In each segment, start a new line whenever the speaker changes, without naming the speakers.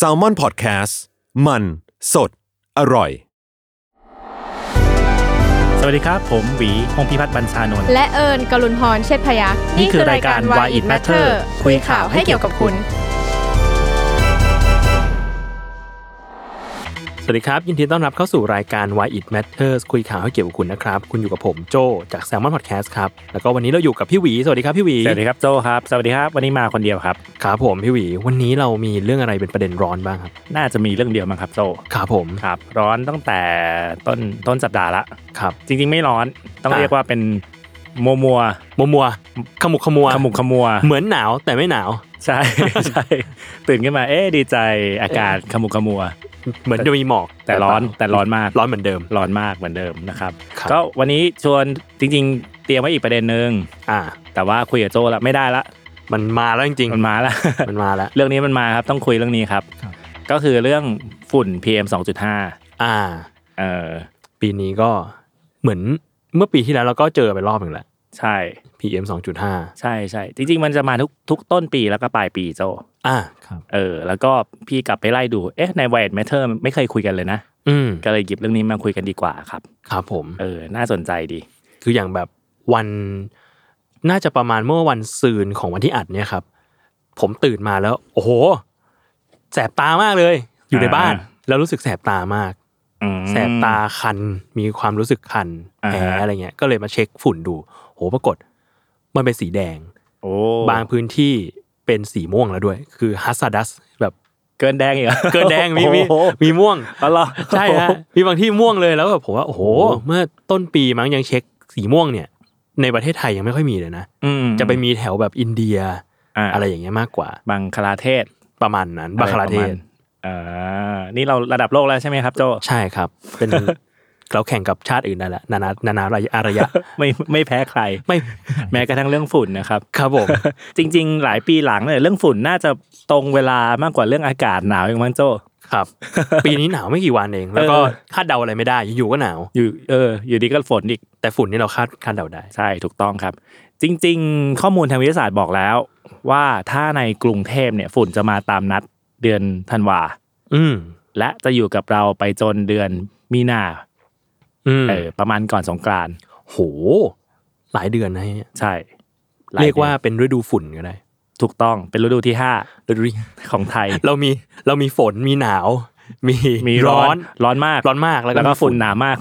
s a l ม o n PODCAST มันสดอร่อย
สวัสดีครับ ผมหวีพงพิพัฒน์บรรชานนท์
และเอิญกลุนพรเชษพยักษ์
นี่คือรายการ Why It Matter คุยข่าวให้เกี่ยวกับคุณ สวัสดีครับ ยินดีต้อนรับเข้าสู่รายการ Why It Matters คุยข่าวให้เกี่ยวกับคุณนะครับ คุณอยู่กับผมโจจาก s ซ l m o n Podcast ครับ แล้วก็วันนี้เราอยู่กับพี่หวี สวัสดีครับพี่หวี
สวัสดีครับโจครับ สวัสดีครับ วันนี้มาคนเดียวครับ
ครับผมพี่หวี วันนี้เรามีเรื่องอะไรเป็นประเด็นร้อนบ้างครับ
น่าจะมีเรื่องเดียวมั้งครับโจ
ครับผม
ครับ ร้อนตั้งแต่ต้นต้นสัปดาห์ละ
ครับ
จริง ๆ ไม่ร้อนต้อง
อ่ะ
เรียกว่าเป็นมัวมัว
มัวมัวขมุกขมัว
ๆขมุกขมัว
เหมือนหนาวแต่ไม่หนาว
ใช่ ใช่ตื่นขึ้นมาเอ๊ะดีใจอากาศขมุกขมัว
เหมือนจะมีหมอก
แต่ร้อนแต่ร้อนมาก
ร้อนเหมือนเดิม
ร้อนมากเหมือนเดิมนะครับ
ครับ
ก็วันนี้ชวนจริง ๆ เตรียมไว้อีกประเด็นหนึ่ง
อ่า
แต่ว่าคุยกับโจแล้วไม่ได้ละ
มันมาแล้วจริง
มันมาละ
ๆมันมาแล้ว
เรื่องนี้มันมาครับต้องคุยเรื่องนี้ครับ
ครับ
ก็คือเรื่องฝุ่น PM 2.5
อ่า
เออ
ปีนี้ก็เหมือนเมื่อปีที่แล้วเราก็เจอไปรอบหนึ่งแหละ
ใช่
PM 2.5
ใช่ใช่จริง ๆ มันจะมาทุกทุกต้นปีแล้วก็ปลายปีโจ
อ่าครับ
เออ แล้วก็พี่กลับไปไล่ดู เอ๊ะใน w i t e Matter ไม่เคยคุยกันเลยนะ
อืม
ก็เลยหยิบเรื่องนี้มาคุยกันดีกว่าครับ
ครับผม
เออ น่าสนใจดี
คืออย่างแบบวันน่าจะประมาณเมื่อวันซืนของวันที่อัดเนี่ยครับ ผมตื่นมาแล้ว โอ้โห แสบตามากเลย อยู่ในบ้าน
อ่า
แล้วรู้สึกแสบตามาก
อืม
แสบตาคัน มีความรู้สึกคัน
อ่า
แผล
ฮะ
อะไรเงี้ย ก็เลยมาเช็คฝุ่นดู โหปรากฏ มันเป็นสีแดง
โอ้
บางพื้นที่เป็นสีม่วงแล้วด้วย คือฮัสซัดัสแบบ
เกินแดงอีกหรอ
เกินแดงมีมี
โอ้โห
มีม่วง
เอาเหรอ
ใช่ฮะมีบางที่ม่วงเลยแล้วแบบผมว่าโอ้โห
โอ้โห
เมื่อต้นปีมั้งยังเช็คสีม่วงเนี่ย ในประเทศไทยยังไม่ค่อยมีเลยนะ
อืม
จะไปมีแถวแบบอินเดีย
อ่า
อะไรอย่างเงี้ยมากกว่า
บังคลาเทศ
ประมาณนั้นบังคลาเท
อะ
ศ
ไรประมณอ่านี่เราระดับโลกแล้วใช่ไหมครับโจ
ใช่ครับ เป็น เราแข่งกับชาติอื่นได้ละนานานานาอารยะ
ไม่ไม่แพ้ใคร
ไม่
แม้กระทั่งเรื่องฝุ่นนะครับ
ครับผม
จริง ๆ หลายปีหลังเนี่ยเรื่องฝุ่นน่าจะตรงเวลามากกว่าเรื่องอากาศหนาวอย่างมั้งโจ
ครับ ปีนี้หนาวไม่กี่วันเอง แล้วก็
เออ
คาดเดาอะไรไม่ได้อยู่ๆก็หนาว
อยู่เออ อยู่ดีก็ฝนอีก
แต่ฝุ่นนี่เราคาดคาดเดาได้
ใช่ถูกต้องครับ จริง ๆ ข้อมูลทางวิทยาศาสตร์บอกแล้ว ว่าถ้าในกรุงเทพเนี่ยฝุ่นจะมาตามนัดเดือนธันวา
อืม
และจะอยู่กับเราไปจนเดือนมีนา
อืม
เออประมาณก่อนสงกรานต์
โห หลายเดือนนะเนี่ย
ใช่หล
เรียกว่า
ดื
เป็นฤดูฝุ่นก็ได้
อนถูกต้องเป็นฤดูที่ห้า
ฤดูที่
ของไทย
เรามีเรามีฝนมีหนาว มี
มีร้อนร้อนมาก
ร้อนมากแล้ว
แล้วก็
ก็
ฝุ่นหนามาก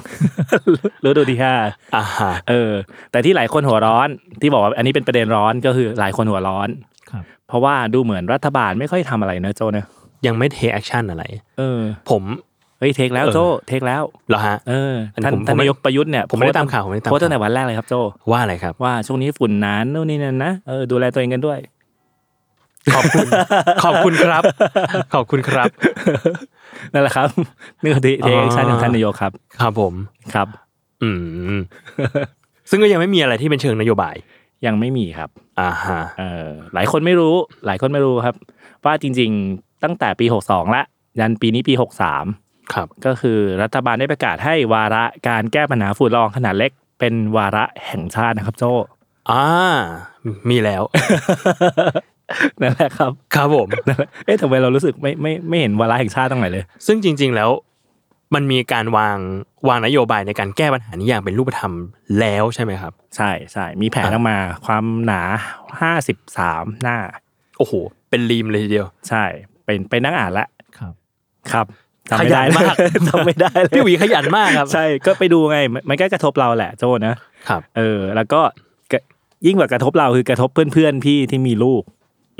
ฤดูที่ห้า
อ่าฮะ
เออแต่ที่หลายคนหัวร้อนที่บอกว่าอันนี้เป็นประเด็นร้อนก็คือหลายคนหัวร้อน
ครับ
เพราะว่าดูเหมือนรัฐบาลไม่ค่อยทำอะไรนะโจเนอะ
ยังไม่เทคแอคชั่นอะไร
เออ
ผม
เฮ้ยเทคแล้วโจเทคแล้ว
เหรอฮะ
เออ
อันนี้
ท่าน
ผม
ท่าน
ผมไม่
นายกประยุทธ์เนี่ย
ผมไม่ได้
โพสต์
ตามข่าวผมไม่ได้ตาม
โพสต์ตั้ง
ข่าว
แต่วันแรกเลยครับโจ
ว่าอะไรครับ
ว่าช่วงนี้ฝุ่นหนานนู่นนี่นั่นนะเออดูแลตัวเองกัน ด้วย
ขอบคุณ ขอบคุณครับ ขอบคุณครับ
นั่นแหละครับ นี่คือเทคแอคชั่นของท่านนายกครับ
ครับผม
ครับ
อืม ซึ่งก็ยังไม่มีอะไรที่เป็นเชิงนโยบาย
ยังไม่มีครับ
อ่าฮะ
เออหลายคนไม่รู้ หลายคนไม่รู้ครับ ว่าจริงๆตั้งแต่ปี 62ละยันปีนี้ปี 63
ครับ
ก็คือรัฐบาลได้ประกาศให้วาระการแก้ปัญหาฝุ่นละอองขนาดเล็ก เป็นวาระแห่งชาตินะครับโจ
อ่า มีแล้ว
นั่นแหละครับ
ครับผม
นั่นแหละเอ๊ะทำไมเรารู้สึกไม่ไม่ไม่เห็นวาระแห่งชาติตั้งไหนเลย
ซึ่งจริง ๆ แล้ว มันมีการวางวางนโยบายในการแก้ปัญหานี้อย่างเป็นรูปธรรมแล้วใช่ไหมครับ
ใช่ใช่มีแผนออกมาความหนา 53 หน้า
โอ้โห เป็นรีมเลยทีเดียว
ใช่ เป็นไปนั่งอ่านละ
ครับ
ครับจำไม่ได้
ขยันมาก
จำไม่ได้เลย
พี่หวีขยันมากครับ
ใช่ก็ไปดูไงมันมันก็กระทบเราแหละโจนะครับ เออ แล้วก็กระยิ่งกว่ากระทบเราคือกระทบเพื่อนๆพี่ที่มีลูก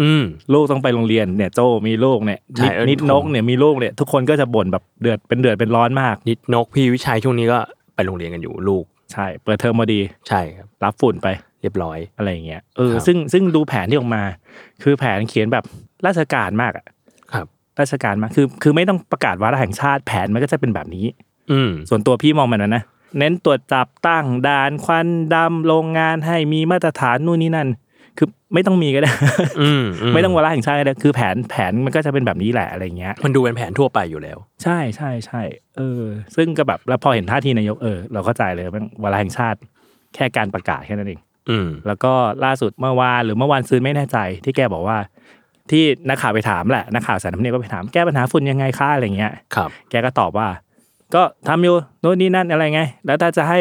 อืม
ลูกต้องไปโรงเรียนเนี่ยโจมีลูกเนี่ย
ใช่
นิด
เออ
นิด
ถูก
นกเนี่ยมีลูกเนี่ยทุกคนก็จะบ่นแบบเดือดเป็นเดือดเป็นร้อนมาก
นิดนกพี่วิชัยช่วงนี้ก็ไปโรงเรียนกันอยู่ลูก
ใช่ เปิดเทอมพอดี
ใช่ครับ
รับฝุ่นไป
เรียบร้อย
อะไรอย่างเงี้ยเออ
ครับ
ซึ่งซึ่งดูแผนที่ออกมา คือแผนเขียนแบบราชการมากอะ
ครับ
ราชการมากคือคือไม่ต้องประกาศวาระแห่งชาติแผนมันก็จะเป็นแบบนี้
อืม
ส่วนตัวพี่มองมันนะนะเน้นตรวจจับตั้งด่านควันดำโรงงานให้มีมาตรฐานนู่นนี่นั่น คือไม่ต้องมีก็ได้
อืม
ไม่ต้องวาระแห่งชาติก็ได้คือแผนแผนมันก็จะเป็นแบบนี้แหละอะไรอย่างเงี้ย
มันดูเป็นแผนทั่วไปอยู่แล้ว
ใช่ใช่ใช่เออ ซึ่งก็แบบแล้วพอเห็นท่าทีนายกเออเราเข้าใจเลยมันวาระแห่งชาติ แค่การประกาศแค่นั้นเอง
อืม
แล้วก็ล่าสุดเมื่อวานหรือเมื่อวานซื้อไม่แน่ใจ ที่แกบอกว่า ที่นักข่าวไปถามแหละนักข่าวสารทำเนียบก็ไปถามแก้ปัญหาฝุ่นยังไงค่าอะไรเงี้ย
ครับ
แกก็ตอบว่า ก็ทำอยู่โน่นนี่นั่นอะไรไง แล้วถ้าจะให้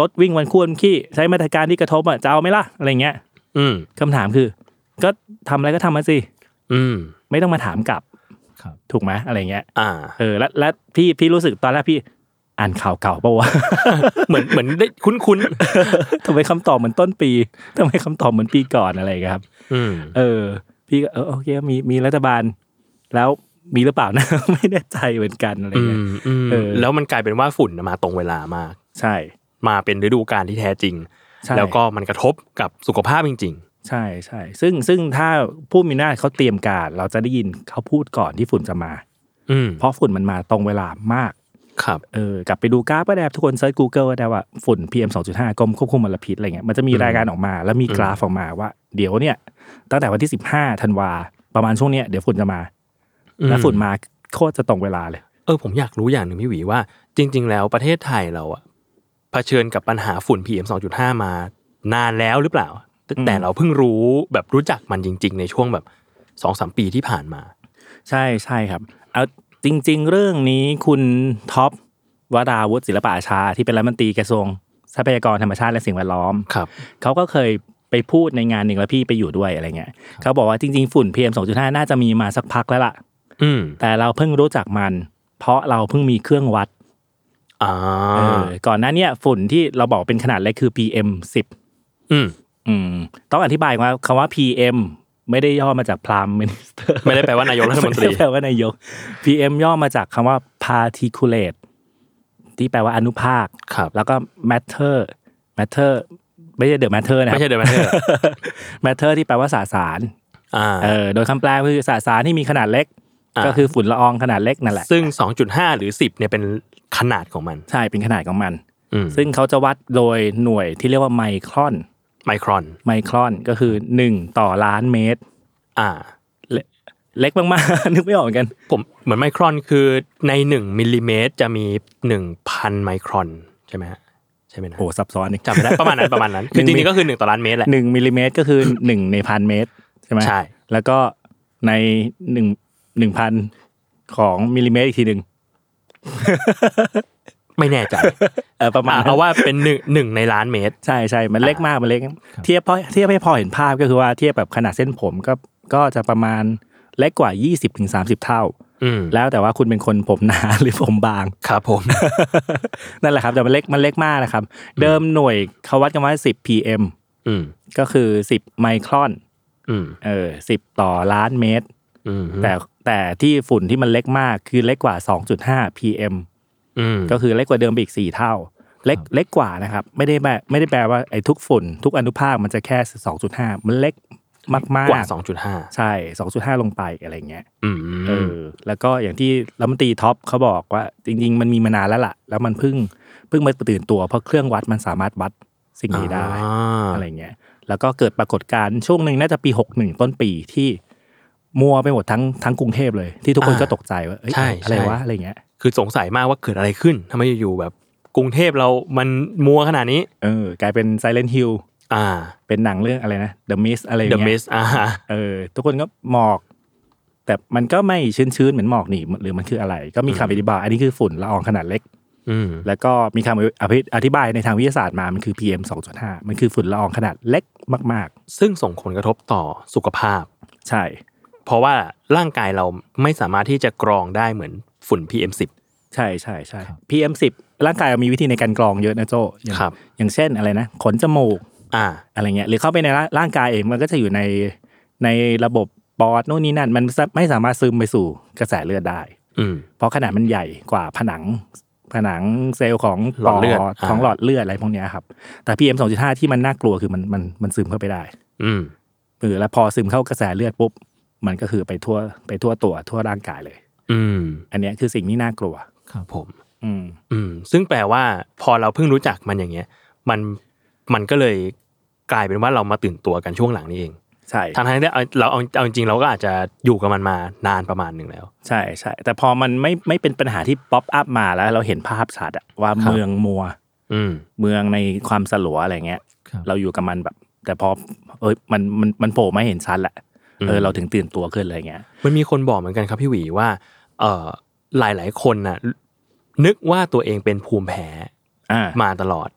รถวิ่งวันควรขี้ใช้มาตรการที่กระทบอ่ะจะเอาไหมล่ะอะไรเงี้ย
อืม
คำถามคือ ก็ทำอะไรก็ทำมาสิ
อืม
ไม่ต้องมาถามกลับ
ครับ
ถูกไหมอะไรเงี้ย
อ่า
เออและและพี่พี่รู้สึกตอนแรกพี่อ่านข่าวเก่าปะวะ
เหมือนเหมือนได้คุ้น
ทำไมคำตอบเหมือนต้นปีทำไมคำตอบเหมือนปีก่อนอะไรเงี้ยครับ
ๆอืม
เออ พี่ก็เออโอเคมีมีรัฐบาล แล้วมีหรือเปล่านะ ไม่แน่ใจเหมือนกันอะไร
อื
เงี้ย
มอืม
เออ
แล้วมันกลายเป็นว่าฝุ่นน่ะมาตรงเวลามาก
ใช่
มาเป็นฤดูกาลที่แท้จริง
ใช่
แล้วก็มันกระทบกับสุขภาพจริง
ใช่ใช่ซึ่งซึ่งถ้าผู้มีหน้าจเขาเตรียมการ เราจะได้ยินเขาพูดก่อนที่ฝุ่นจะมา
ๆ อืม
เพราะฝุ่นมันมาตรงเวลามาก
ครับ
เออกลับไปดูกราฟก็ได้ครับทุกคนเซิร์ช Google ก็ได้ว่าฝุ่น PM 2.5กรมควบคุมมลพิษอะไรเงี้ยมันจะมี
อืม
รายงานออกมา แล้วมีกราฟออกมาว่า เดี๋ยวเนี่ย ตั้งแต่วันที่ 15ธันวาประมาณช่วงเนี้ยเดี๋ยวฝุ่นจะมา
อืม
แล้วฝุ่นมาโคตรจะตรงเวลาเลย
เออผมอยากรู้อย่างหนึ่งพี่หวีว่า จริง ๆ แล้วประเทศไทยเราอะเผชิญกับปัญหาฝุ่น PM 2.5 มานานแล้วหรือเปล่า แต่
อืม
แต่เราเพิ่งรู้แบบรู้จักมันจริง ๆ ในช่วงแบบสองสามปีที่ผ่านมา
ใช่ใช่ครับเอาจริง ๆ เรื่องนี้คุณท็อปวราวุฒิศิลปอาชา ที่เป็นรัฐมนตรีกระทรวงทรัพยากรธรรมชาติและสิ่งแวดล้อม
ครับ
เขาก็เคยไปพูดในงานหนึ่งแล้วพี่ไปอยู่ด้วยอะไรเงี้ยเขาบอกว่าจริง ๆ ฝุ่น PM 2.5 น่าจะมีมาสักพักแล้วล่ะ
อืม
แต่เราเพิ่งรู้จักมัน เพราะเราเพิ่งมีเครื่องวัด
อ่า
เออก่อนหน้าเนี้ฝุ่นที่เราบอกเป็นขนาดเล็กคือ PM 10
อืม
อืมต้องอธิบายว่าคำว่า PM ไม่ได้ย่อมาจาก Prime Minister
ไม่ได้แปลว่าน ายกรัฐมน ตรี
ไได้แปลว่านายก PM ย่อมาจากคำว่า particulate ที่แปลว่าอนุภาค
ครับ
แล้วก็ matter matter ไม่ใช่ the matter นะ
ไม่ใช่เดอะแมทเทอร์
matter ที่แปลว่าสสาร
อ่า
เออโดยคำแปลคือสสารที่มีขนาดเล็ก
อ่า
ก็คือฝุ่นละอองขนาดเล็กนั่นแหละ
ซึ่ง 2.5 หรือ 10เนี่ยเป็นขนาดของมัน
ใช่เป็นขนาดของมัน
อืม
ซึ่งเขาจะวัดโดยหน่วยที่เรียกว่าไมครอน
ไมครอน
ไมครอนก็คือ 1 ต่อล้านเมตร
อ่า
เล็กมากๆ นึกไม่ออกเหมือนกัน
ผมเหมือนไมครอนคือใน 1มิลลิเมตรจะมี 1,000 ไมครอนใช่ไหมฮะใช่ไหมนะ
โอ้ซับซ้อนอีก
จำไม่ได้ประมาณนั้นประมาณนั้น คือจริงๆก็คือหนึ่งต่อล้านเมตรแหละ
หนึ่งมิลลิเมตรก็คือ หนึ่งในพันเมตรใช่ไหม
ใช่
แล้วก็ในหนึ่งหนึ่งพันของมิลลิเมตรอีกทีหนึ่ง
ไม่แน่ ใจ
เออประมาณ
อ่ะ
นั้
เอา
น
ว่าเป็นหนึ่งหนึ่งในล้านเมตร
ใช่ใช่มันเล็กมากมันเล็ก เทียบพอเทียบให้พอเห็นภาพก็คือว่าเทียบแบบขนาดเส้นผมก็ก็จะประมาณเล็กกว่า 20-30 เท่า
อืม
แล้วแต่ว่าคุณเป็นคนผมหนา หรือผมบาง
ครับผม
นั่นแหละครับแต่มันเล็กมันเล็กมากนะครับ เดิมหน่วยเขาวัดกันว่า 10 pm
อืม
ก็คือ 10 ไมครอน
อืม
เออ10 ต่อล้านเมตร
อืม
แต่แต่ที่ฝุ่นที่มันเล็กมากคือเล็กกว่า 2.5 pm
อืม
ก็คือเล็กกว่าเดิมไปอีก 4 เท่า เล็กเล็กกว่านะครับ ไม่ได้แปลไม่ได้แปลว่าไอ้ทุกฝุ่น ทุกอนุภาคมันจะแค่ 2.5 มันเล็กมากๆ
กว่าสองจุดห้า
ใช่ 2.5 ลงไปอะไรเงี้ย
อืม
เออแล้วก็อย่างที่รัฐมนตรีท็อปเขาบอกว่า จริง ๆ มันมีมานานแล้วล่ะ แล้วมันเพิ่งเพิ่งมาตื่นตัวเพราะเครื่องวัดมันสามารถวัดสิ่งนี้ได้
อ่า
อะไรเงี้ย แล้วก็เกิดปรากฏการณ์ช่วงหนึ่งน่าจะปี 61 ต้นปีที่มัวไปหมดทั้งทั้งกรุงเทพเลย ที่ทุกคนก็ตกใจว่าเอ้ย
ใช่
อะไรวะ
ใช่
อะไรเงี้ย
คือสงสัยมากว่าเกิดอะไรขึ้นทำไมอยู่ๆแบบกรุงเทพเรามันมัวขนาดนี้
เออกลายเป็น Silent Hill
อ่า
เป็นหนังเรื่องอะไรนะ The Mist อะไร
เดอะ
เงี้ย
เมสอ่า
เออทุกคนก็หมอก แต่มันก็ไม่ชื้นๆ เหมือนหมอกนี่หรือมันคืออะไร ก็มีคำอธิบาย อันนี้คือฝุ่นละอองขนาดเล็ก
อืม
แล้วก็มีคำอภิอธิบายในทางวิทยาศาสตร์มามันคือ PM 2.5 มันคือฝุ่นละอองขนาดเล็กมาก
ซึ่งส่งผลกระทบต่อสุขภาพ
ๆ ใช่
เพราะว่าร่างกายเราไม่สามารถที่จะกรองได้เหมือนฝุ่น PM10
ใช่ใช่ใช่ PM 10ร่างกายเรามีวิธีในการกรองเยอะนะโจอย่าง
ครับ
อย่างเช่นอะไรนะขนจมูก
อ่า
อะไรเงี้ยหรือเข้าไปในร่าร่างกายเองมันก็จะอยู่ในในระบบปอดโน่นนี่นั่น มันสะไม่สามารถซึมไปสู่กระแสเลือดได้
อืม
เพราะขนาดมันใหญ่กว่าผนังผนังเซลล์ของ
หลอดเลือด
ป
อ่า
ของหลอดเลือดอะไรพวกเนี้ยครับ แต่ PM 2.5 ที่มันน่ากลัวคือมันมันมันซึมเข้าไปได้
อืม
เออแล้วพอซึมเข้ากระแสเลือดปุ๊บมันก็คือไปทั่วไปทั่วตัวทั่วร่างกายเลย
อืม
อันเนี้ยคือสิ่งที่น่ากลัว
ครับผม
อืม
อืม ซึ่งแปลว่าพอเราเพิ่งรู้จักมันอย่างเงี้ย มัน มันก็เลยกลายเป็นว่าเรามาตื่นตัวกันช่วงหลังนี้เอง
ใช่
ทางทางที่เอาเราเอาเอาจริงๆเราก็อาจจะอยู่กับมันมานานประมาณหนึ่งแล้ว
ใช่ใช่แต่พอมันไม่ไม่เป็นปัญหาที่ป๊อปอัพมาแล้ว เราเห็นภาพชัดอะว่า
ครับ
เมืองมัว
อืม
เมืองในความสลัวอะไรเงี้ย
ครับ
เราอยู่กับมันแบบ แต่พอเอ้ยมันมันมันโผล่มาให้เห็นชัดแหละ
อืม
เออเราถึงตื่นตัวขึ้นอะไรเงี้ย
มันมีคนบอกเหมือนกันครับพี่หวีว่า เออหลายหลายๆคนน่ะนึกว่าตัวเองเป็นภูมิแพ้
อ่า
มาตลอด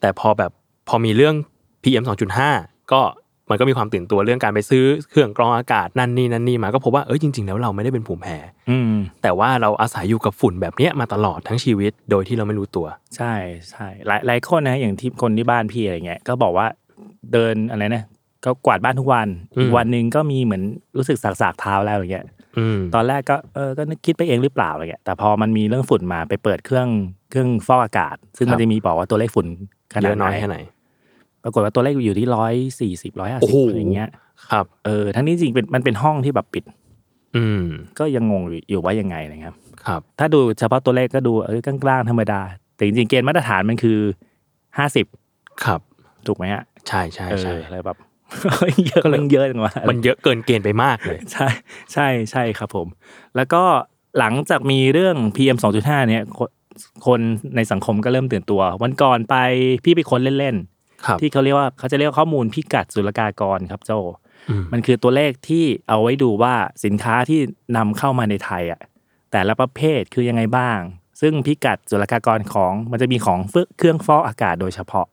แต่พอแบบพอมีเรื่อง PM 2.5 ก็มันก็มีความตื่นตัวเรื่องการไปซื้อเครื่องกรองอากาศนั่นนี่นั่นนี่มาก็พบว่าเอ้ยจริงๆแล้วเราไม่ได้เป็นภูมิแพ้
อืม
แต่ว่าเราอาศัยอยู่กับฝุ่นแบบเนี้ยมาตลอดทั้งชีวิตโดยที่เราไม่รู้ตัว
ใช่ใช่หลายหลายคนนะอย่างที่คนที่บ้านพี่อะไรเงี้ยก็บอกว่าเดินอะไรนะก็กวาดบ้านทุกวัน
อืม
อีกวันหนึ่งก็มีเหมือนรู้สึกสากสากๆเท้าแล้วอะไรเงี้ย
อืม
ตอนแรกก็เออก็นึกคิดไปเองหรือเปล่าอะไรเงี้ยแต่พอมันมีเรื่องฝุ่นมาไปเปิดเครื่องเครื่องฟอกอากาศ ซึ่งมันจะมีบอกว่าตัวเลขฝุ่นข
เย
นาด
อะน้อย
ไหน
แค่ไหน
ปรากฏว่าตัวเลขอยู่ที่ร้อยสี่สิบร้อยห้า
โอ้
สิบ
โห
อะไรเงี้ย
ครับ
เออทั้งนี้จริงๆเป็นมันเป็นห้องที่แบบปิด
อืม
ก็ยังงงอยู่อยู่ว่ายังไงนะครับ
ครับ
ถ้าดูเฉพาะตัวเลขก็ดูเออกลางๆธรรมดา แต่จริงๆเกณฑ์มาตรฐานมันคือห้าสิบ
ครับ
ถูกไหมฮะ
ใช่ใช่
เออ
ใช่
อะไรแบบ เยอะมันเยอะจังวะ
มันเยอะเกินเกณฑ์ไปมากเลย
ใช่ใช่ใช่ครับผม แล้วก็หลังจากมีเรื่อง PM 2.5 เนี่ยคนคนในสังคมก็เริ่มตื่นตัว วันก่อนไปพี่ไปค้นเล่น
ครับ
ๆ ที่เขาเรียกว่าเขาจะเรียกข้อมูลพิกัดศุลกากรครับโจ
อืม
มันคือตัวเลขที่เอาไว้ดูว่าสินค้าที่นำเข้ามาในไทยอ่ะแต่ละประเภทคือยังไงบ้าง ซึ่งพิกัดศุลกากรของมันจะมีของเครื่องฟอกอากาศโดยเฉพาะ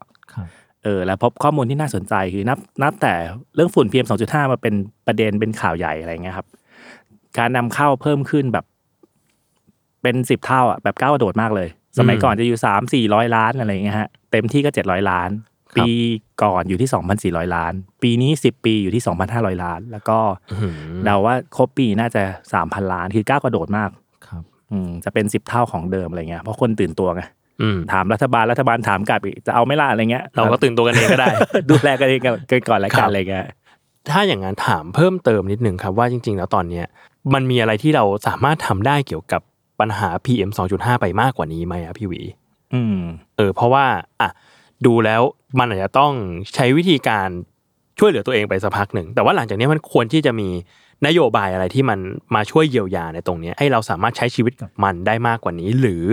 เออแล้วพบข้อมูลที่น่าสนใจคือนับนับแต่เรื่องฝุ่น PM 2.5 มาเป็นประเด็นเป็นข่าวใหญ่อะไรเงี้ยครับ การนำเข้าเพิ่มขึ้นแบบ เป็นสิบเท่าอ่ะแบบก้าวกระโดดมากเลย สมัยก่อนจะอยู่สามสี่ร้อยล้านอะไรเงี้ยฮะเต็มที่ก็เจ็ดร้อยล้าน ปีก่อนอยู่ที่สองพันสี่ร้อยล้าน ปีนี้สิบปีอยู่ที่สองพันห้าร้อยล้าน แล้วก็
อื้อหือ
เดาว่าครบปีน่าจะสามพันล้านคือก้าวกระโดดมาก
ครับ
อืมจะเป็นสิบเท่าของเดิมอะไรเงี้ยเพราะคนตื่นตัวไง
อืม
ถามรัฐบาลรัฐบาลถามกลับอีกจะเอาไม่ละอะไรเงี้ย
เราก็ตื่นตัวกันเองก็ได้
ดูแลกันเองกันก่อนและ
ค
กั
รั
บ นอะไรเงี้ย
ถ้าอย่างนั้นถามเพิ่มเติมนิดนึงครับว่าจริง ๆ แล้วตอนเนี้ยมันมีอะไรที่เราสามารถทำได้เกี่ยวกับปัญหา PM 2.5 ไปมากกว่านี้ไหมอะพี่หวี
อืม
เออเพราะว่าอ่ะดูแล้วมันอาจจะต้องใช้วิธีการช่วยเหลือตัวเองไปสักพักหนึ่ง แต่ว่าหลังจากนี้มันควรที่จะมีนโยบายอะไรที่มันมาช่วยเยียวยาในตรงเนี้ยให้เราสามารถใช้ชีวิตกับมันได้มากกว่านี้ หรือ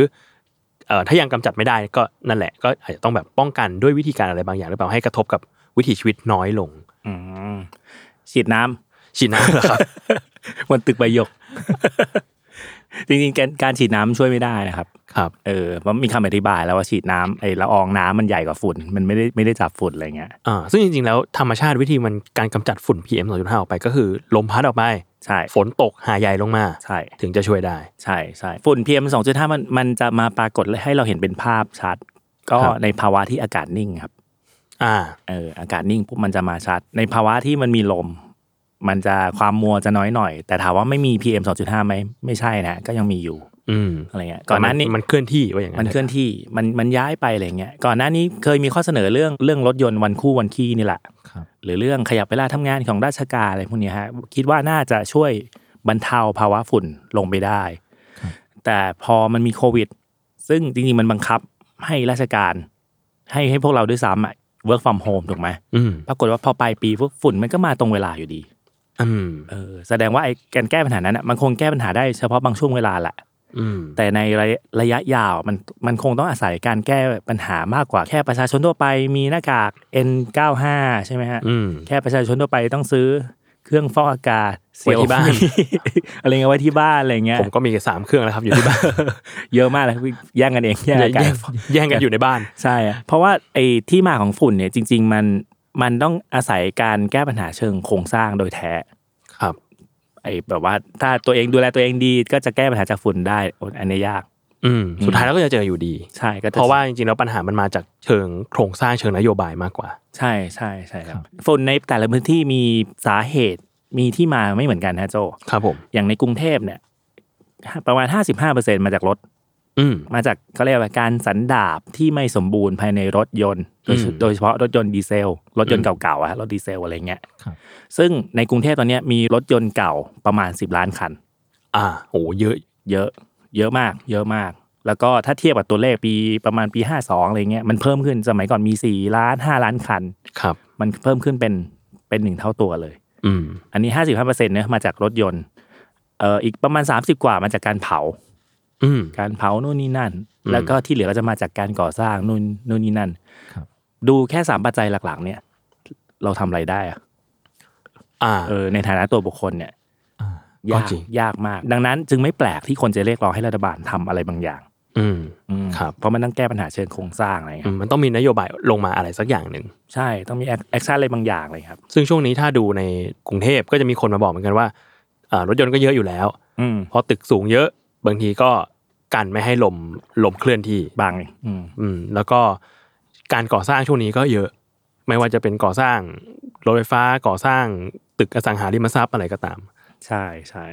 เอ่อถ้ายังกำจัดไม่ได้ก็นั่นแหละ ก็อาจจะต้องแบบป้องกันด้วยวิธีการอะไรบางอย่างหรือเปล่าให้กระทบกับวิถีชีวิตน้อยลง
อืมฉีดน้ำ
ชินะเหรอครับ
มันตึกใบหยก จริงๆการการฉีดน้ำช่วยไม่ได้นะครับ
ครับ
เออมันมีคำอธิบายแล้วว่าฉีดน้ำไอ้ละอองน้ำมันใหญ่กว่าฝุ่น มันไม่ได้ไม่ได้จับฝุ่นอะไรเงี้ย
อ่าซึ่งจริงๆแล้วธรรมชาติวิธีมันการกำจัดฝุ่น PM 2.5ออกไปก็คือลมพัดออกไป
ใช่
ฝนตกหาใหญ่ลงมา
ใช่
ถึงจะช่วยได้
ใช่ใช่ฝุ่น PM 2.5มันมันจะมาปรากฏให้เราเห็นเป็นภาพชัด ก็
ครับ
ในภาวะที่อากาศนิ่งครับ
อ่า
เอออากาศนิ่งปุ๊บมันจะมาชัด ในภาวะที่มันมีลม มันจะความมัวจะน้อยหน่อย แต่ถามว่าไม่มี PM 2.5ไหมไม่ใช่นะก็ยังมีอยู่
อืม
อะไรเงี้ยก่อนหน้านี้
มัมันเคลื่อนที่ว่าอย่างนั้
มันนเคลื่อนที่มันมันย้ายไปอะไรเงี้ยก่อนหน้านี้เคยมีข้อเสนอเรื่องเรื่องรถยนต์วันคู่วันขี้นี่แหละ
ครับ
หรือเรื่องขยับเวลาทำงานของราชการอะไรพวกเนี้ยฮะคิดว่าน่าจะช่วยบรรเทาภาวะฝุ่นลงไปได้ แต่พอมันมีโควิด ซึ่งจริงๆมันบังคับให้ราชการ ให้ให้พวกเราด้วยซ้ำอะ work from home ถูกไหม
อืม
ปรากฏว่าพอปลายปีปุ๊บฝุ่นมันก็มาตรงเวลาอยู่ดี
อืม
เออแสดงว่าไอ้การแก้ปัญหานั้นอะมันคงแก้ปัญหาได้เฉพาะบางช่วงเวลาแหละ
อืม
แต่ในระยะระยะยาวมันมันคงต้องอาศัยการแก้ปัญหามากกว่าแค่ประชาชนทั่วไปมีหน้ากาก N95 ใช่ไหมฮะ
อืม
แค่ประชาชนทั่วไปต้องซื้อเครื่องฟอกอากาศ
ไว้ที่บ้าน
เซลฟี่อะไรเงี้ยไว้ที่บ้านอะไรเงี้ย
ผมก็มีสามเครื่องแล้วครับอยู่ที่ บ้าน
เยอะมากเลยแย่งกันเองแย่ง
แย่
อากาศ
ง แย่งกันอยู่ในบ้าน
ใช่อะเพราะว่าไอ้ที่มาของฝุ่นเนี่ยจริง ๆ มันมันต้องอาศัยการแก้ปัญหาเชิงโครงสร้างโดยแท้
ครับ
ไอ้แบบว่าถ้าตัวเองดูแลตัวเองดีก็จะแก้ปัญหาจากฝุ่นได้โอ้อันนี้ยาก
อืม สุดท้ายแล้วก็จะเจออยู่ดี
ใช่ก็จ
เพราะว่าจริงๆแล้วปัญหามันมาจากเชิงโครงสร้างเชิงนโยบายมากกว่า
ใช่ใช่ใช่ครั
ครับ บ
ฝุ่นในแต่ละพื้นที่มีสาเหตุมีที่มาไม่เหมือนกันฮะโจ
ครับผม
อย่างในกรุงเทพเนี่ยประมาณ 55%มาจากรถ
อืม
มาจากเขาเรียกว่าการสันดาบที่ไม่สมบูรณ์ภายในรถยนต์ โดยเฉ
อืม
โดยเฉพาะรถยนต์ดีเซล รถยนต์
อืม
เก่าๆอะรถดีเซลอะไรเงี้ย
ครับ
ซึ่งในกรุงเทพตอนเนี้ยมีรถยนต์เก่าประมาณ 10 ล้านคัน
อ่าโอ้เยอะ
เยอะ เยอะมาก เยอะมาก แล้วก็ถ้าเทียบกับตัวเลขปีประมาณปี 52อะไรเงี้ยมันเพิ่มขึ้นสมัยก่อนมี 4 ล้าน 5 ล้านคัน
ครับ
มันเพิ่มขึ้นเป็นเป็นหนึ่งเท่าตัวเลย
อืม
อันนี้ 55%เนี่ยมาจากรถยนต์เอ่ออีกประมาณ 30 กว่ามาจากการเผา
อืม
การเผานู่นนี่นั่น
อืม
แล้วก็ที่เหลือก็จะมาจากการก่อสร้างนู่นนู่นนี่นั่น
ครับ
ดูแค่สามปัจจัยหลักๆ เนี่ย เราทำอะไรได้อะ
อ่า
เออในฐานะตัวบุคคลเนี่ย
อ่า
ก็
ยาก
จริง
ยากมาก ดังนั้นจึงไม่แปลกที่คนจะเรียกร้องให้รัฐบาลทำอะไรบางอย่าง
อืม
อืม
ครับ
เพราะมันต้องแก้ปัญหาเชิงโครงสร้างอะไร
อื
เงี้ย
มมันต้องมีนโยบายลงมาอะไรสักอย่างหนึ่ง
ใช่ต้องมีแอคชั่นอะไรบางอย่างเลยครับ
ซึ่งช่วงนี้ถ้าดูในกรุงเทพก็จะมีคนมาบอกเหมือนกันว่าอ่ารถยนต์ก็เยอะอยู่แล้ว
อืม
พอตึกสูงเยอะ บางทีก็กันไม่ให้ลมลมเคลื่อนที่
บางเลยอืม
อืมแล้วก็การก่อสร้างช่วงนี้ก็เยอะ ไม่ว่าจะเป็นก่อสร้างรถไฟฟ้าก่อสร้างตึกอสังหาริมทรัพย์อะไรก็ตาม
ใช่ใช่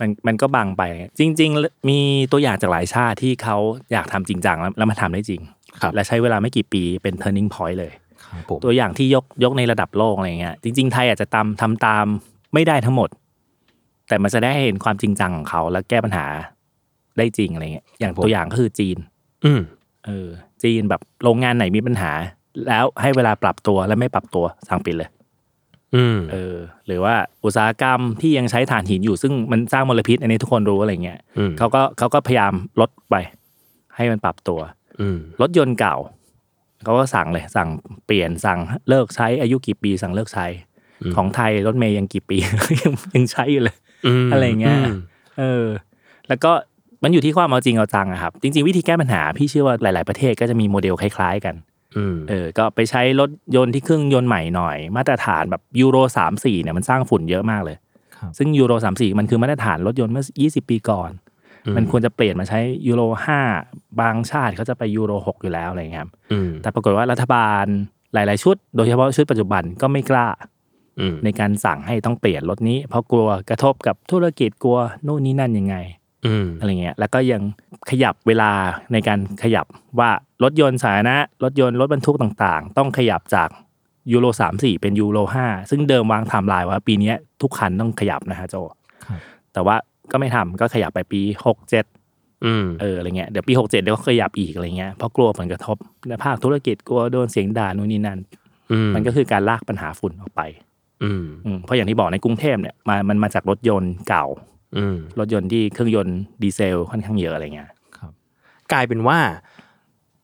มันมันก็บางไปจริง ๆ มีตัวอย่างจากหลายชาติที่เขาอยากทำจริงจังแล้วแล้วมาทำได้จริง
ครับ
และใช้เวลาไม่กี่ปีเป็น turning point เลย
ครับผม
ตัวอย่างที่ยกยกในระดับโลกอะไรเงี้ยจริง ๆ ไทยอาจจะตามทำตามไม่ได้ทั้งหมด แต่มันจะได้เห็นความจริงจังของเขา และแก้ปัญหาได้จริงอะไรเงี้ยอย่าง
ครับผม
ตัวอย่างก็คือจีน
อืม
เออจีนแบบโรงงานไหนมีปัญหา แล้วให้เวลาปรับตัวและไม่ปรับตัวสั่งปิดเลย
อืม
เออหรือว่าอุตสาหกรรมที่ยังใช้ถ่านหินอยู่ซึ่งมันสร้างมลพิษอันนี้ทุกคนรู้อะไรเงี้ย
อืม
เขาก็เขาก็พยายามลดไป ให้มันปรับตัว
อืม
รถยนต์เก่าเขาก็สั่งเลยสั่งเปลี่ยนสั่งเลิกใช้อายุกี่ปีสั่งเลิกใช้ ของไทยรถเมย์ยังกี่ ปี ยังยังใช้อยู่เลย
ม
อะไรเงี้ย
ม
เออ แล้วก็มันอยู่ที่ความเอาจริงเอาจังอะครับ จริง ๆ วิธีแก้ปัญหาพี่เชื่อว่าหลาย ๆ ประเทศก็จะมีโมเดลคล้ายๆ กัน
อืม
เออก็ไปใช้รถยนต์ที่เครื่องยนต์ใหม่หน่อย มาตรฐานแบบยูโร3 4เนี่ยมันสร้างฝุ่นเยอะมากเลย
ครับ
ซึ่งยูโร3 4มันคือมาตรฐานรถยนต์เมื่อ 20 ปีก่อน มันควรจะเปลี่ยนมาใช้ยูโร5บางชาติเขาจะไปยูโร6อยู่แล้วอะไรเงี้ยครับ
อืม
แต่ปรากฏว่ารัฐบาลหลาย ๆ ชุด โดยเฉพาะชุดปัจจุบันก็ไม่กล้า
อืม
ในการสั่งให้ต้องเปลี่ยนรถนี้ เพราะกลัวกระทบกับธุรกิจกลัวนู่นนี่นั่นยังไง
อืม
อะไรเงี้ยแล้วก็ยังขยับเวลาในการขยับว่ารถยนต์สาธารณะรถยนต์รถบรรทุกต่างๆ ต้องขยับจากยูโร3 4 เป็นยูโร5ซึ่งเดิมวางไทม์ไลน์ว่าปีเนี้ยทุกคันต้องขยับนะฮะโจ
ครับ
แต่ว่าก็ไม่ทำก็ขยับไปปี 6 7
อืม
เอออะไรเงี้ยเดี๋ยวปี 67 เดี๋ยวก็ขยับอีกอะไรเงี้ยเพราะกลัวผลกระทบในภาคธุรกิจกลัวโดนเสียงด่านู่นนี่นั่น
อืม
มันก็คือการลากปัญหาฝุ่นออกไป
อืม
อืมเพราะอย่างที่บอกในกรุงเทพเนี่ยมามันมาจากรถยนต์เก่า
อืม
รถยนต์ที่เครื่องยนต์ดีเซลค่อนข้างเยอะอะไรเงี้ย
กลายเป็นว่า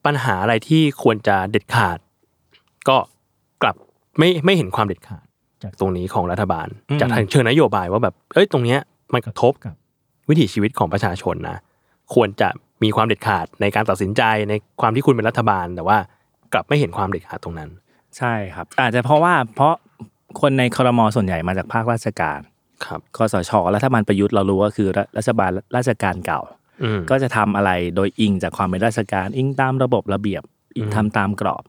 ปัญหาอะไรที่ควรจะเด็ดขาด ก็กลับไม่ไม่เห็นความเด็ดขาด จากตรงนี้ของรัฐบาล จากทางเชิงนโยบายว่าแบบเอ้ยตรงเนี้ยมันกระทบ
ครับ
วิถีชีวิตของประชาชนนะควรจะมีความเด็ดขาดในการตัดสินใจในความที่คุณเป็นรัฐบาล แต่ว่ากลับไม่เห็นความเด็ดขาดตรงนั้น
ใช่ครับ อาจจะเพราะว่าเพราะคนในคอรมอส่วนใหญ่มาจากภาคราชการ
ครับ
คอสชรัฐบาลประยุทธ์เรารู้ว่าคือรัฐบาลราชการเก่า
อืม
ก็จะทำอะไรโดยอิงจากความเป็นราชการ อิงตามระบบระเบียบอิงทำตามกรอบ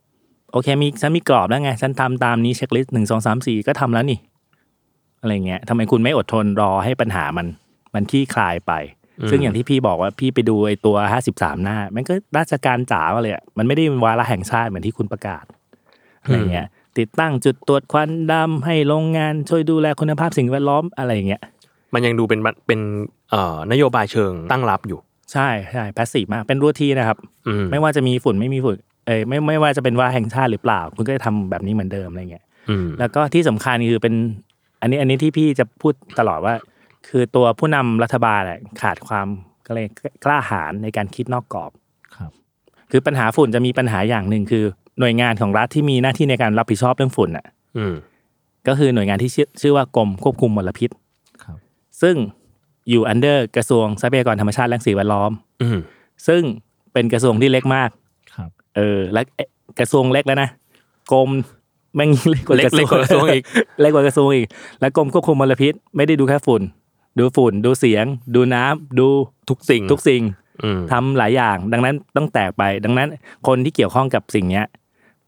โอเคมีฉันมีกรอบแล้วไง ฉันทำตามนี้เช็คลิสต์หนึ่งสองสามสี่ก็ทำแล้วนี่ อะไรเงี้ยทำไมคุณไม่อดทนรอให้ปัญหามัน มันที่คลายไป ซึ่งอย่างที่พี่บอกว่าพี่ไปดูไอ้ตัวห้าสิบสามหน้า มันก็ราชการจ๋ามาเลยอะมันไม่ได้เป็นวาระแห่งชาติเหมือนที่คุณประกาศอะไรเงี้ย ติดตั้งจุดตรวจควันดำให้โรงงานช่วยดูแลคุณภาพสิ่งแวดล้อมอะไรเงี้ย
มันยังดูเป็นบัตเป็นเอ่อนโยบายเชิงตั้งรับอยู่
ใช่ใช่แพสซีฟมากเป็นรูทีนะครับ
อืม
ไม่ว่าจะมีฝุ่นไม่มีฝุ่น เอ้ยไม่ไม่ว่าจะเป็นว่าแห่งชาติหรือเปล่า คุณก็จะทำแบบนี้เหมือนเดิมอะไรเงี้ย
อืม
แล้วก็ที่สำคัญคือเป็น อันนี้อันนี้ที่พี่จะพูดตลอดว่า คือตัวผู้นำรัฐบาลอะขาดความก็เลยกล้าหาญในการคิดนอกกรอบ
ครับ
คือปัญหาฝุ่นจะมีปัญหาอย่างหนึ่งคือ หน่วยงานของรัฐที่มีหน้าที่ในการรับผิดชอบเรื่องฝุ่นอ่ะ
อืม
ก็คือหน่วยงานที่ชื่อชื่อว่ากรมควบคุมมลพิษ
ครับ
ซึ่งอยู่อันเดอร์กระทรวงทรัพยากรธรรมชาติและสิ่งแวดล้อม
อืม
ซึ่งเป็นกระทรวงที่เล็กมาก
ครับ
เออแล้วเอ๊ะกระทรวงเล็กแล้วนะกรมแม่งเล็กกว่า
เล็ก
กระทร
เล็
วง
กกว่ากระทรวงอีก
เล็กกว่ากระทรวงอีก แล้วกรมควบคุมมลพิษไม่ได้ดูแค่ฝุ่น ดูฝุ่น ดูเสียง ดูน้ำดู
ทุกสิ่ง
ทุกสิ่ง
อืม
ทำหลายอย่าง ดังนั้นต้องแตกไป ดังนั้นคนที่เกี่ยวข้องกับสิ่งเนี้ย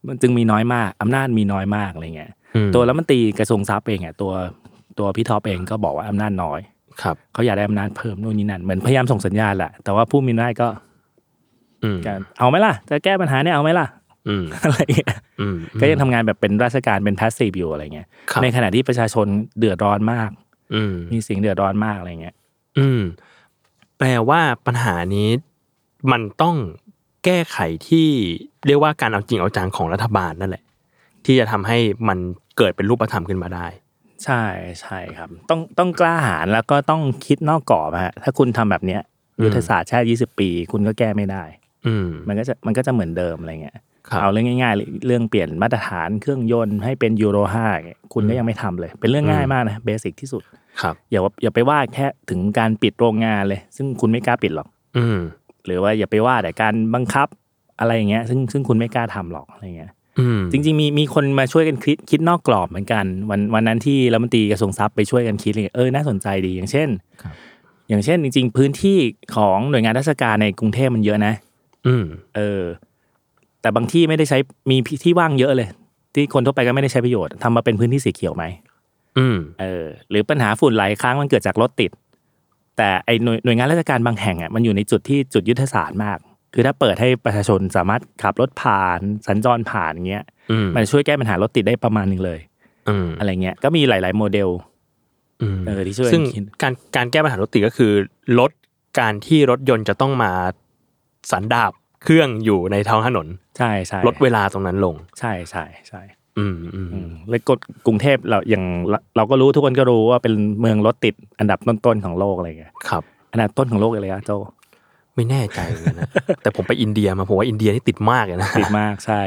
มันจึงมีน้อยมากอำนาจมีน้อยมากอะไรเงี้ย
อืม
ตัวรัฐมนตรีกระทรวงทรัพย์เองอ่ะตัวตัวพี่ท็อปเองก็บอกว่าอำนาจน้อย
ครับ
เขาอยากได้อำนาจเพิ่มนู่นนี่นั่นเหมือนพยายามส่งสัญญาณแหละแต่ว่าผู้มีอำนาจก็
อืม
จะเอาไหมล่ะ จะแก้ปัญหาเนี่ยเอาไหมล่ะ
อืม
อะไรเงี้ย
อืม
ก็ยังทำงานแบบเป็นราชการเป็นพาสซีฟอยู่อะไรเงี้ย
ครับ
ในขณะที่ประชาชนเดือดร้อนมาก
อืม
มีเสียงเดือดร้อนมากอะไรเงี้ย
อืม แปลว่าปัญหานี้มันต้องแก้ไขที่เรียกว่าการเอาจริงเอาจังของรัฐบาลนั่นแหละ ที่จะทำให้มันเกิดเป็นรูปธรรมขึ้นมาได้
ใช่ใช่ครับ ต้องต้องกล้าหาญแล้วก็ต้องคิดนอกกรอบฮะ ถ้าคุณทำแบบเนี้ยยุทธศาสตร์ชาติ 20 ปี คุณก็แก้ไม่ได้
อืม
มันก็จะมันก็จะเหมือนเดิมอะไรเงี้ย
ครับ
เอาเรื่องง่ายๆเลยเรื่องเปลี่ยนมาตรฐานเครื่องยนต์ให้เป็นยูโร5อย่างเงี้ยคุณก็ยังไม่ทำเลย เป็นเรื่องง่าย
อืม
มากนะเบสิกที่สุด
ครับ
อย่าว่าอย่าไปว่าแค่ถึงการปิดโรงงานเลย ซึ่งคุณไม่กล้าปิดหรอก
อืม
หรือว่าอย่าไปว่าแต่การบังคับอะไรอย่างเงี้ยซึ่งซึ่งคุณไม่กล้าทำหรอกอะไรเงี้ย
อืม
จริงๆมีมีคนมาช่วยกันคิดคิดนอกกรอบเหมือนกัน วันวันนั้นที่รัฐมนตรีกระทรวงทรัพย์ไปช่วยกันคิดอะไรเลยเออน่าสนใจดีอย่างเช่น
ครับ
อย่างเช่นจริง ๆ พื้นที่ของหน่วยงานราชการในกรุงเทพมันเยอะนะ
อืม
เออ แต่บางที่ไม่ได้ใช้มีที่ว่างเยอะเลย ที่คนทั่วไปก็ไม่ได้ใช้ประโยชน์ทำมาเป็นพื้นที่สีเขียวไหม
อืม
เออหรือปัญหาฝุ่นหลายครั้งมันเกิดจากรถติด แต่ไอหน่วยหน่วยงานราชการบางแห่งอ่ะมันอยู่ในจุดที่จุดยุทธศาสตร์มาก คือถ้าเปิดให้ประชาชนสามารถขับรถผ่าน สัญจรผ่านเงี้ย
อืม
มันช่วยแก้ปัญหารถติดได้ประมาณหนึ่งเลย
อืม
อะไรเงี้ยก็มีหลาย ๆ โมเดล
อืม
เออที่ช่วย
ซึ่ง
คิด
การการแก้ปัญหารถติดก็คือลดการที่รถยนต์จะต้องมาสันดาบเครื่องอยู่ในท้องถนน
ใช่ใช่
ลดเวลาตรงนั้นลง
ใช่ใช่ใช่
อืมอืม
อืมแล้วกฎกรุงเทพเราอย่างเราเราก็รู้ทุกคนก็รู้ว่าเป็นเมืองรถติดอันดับต้น ๆ ของโลกอะไรเงี้ย
ครับ
อันดับต้นของโลกเลยนะโจ
ไม่แน่ใจเหมือนกันนะ แต่ผมไปอินเดียมาผมว่าอินเดียนี่ติดมากเลยนะ
ติดมากใช่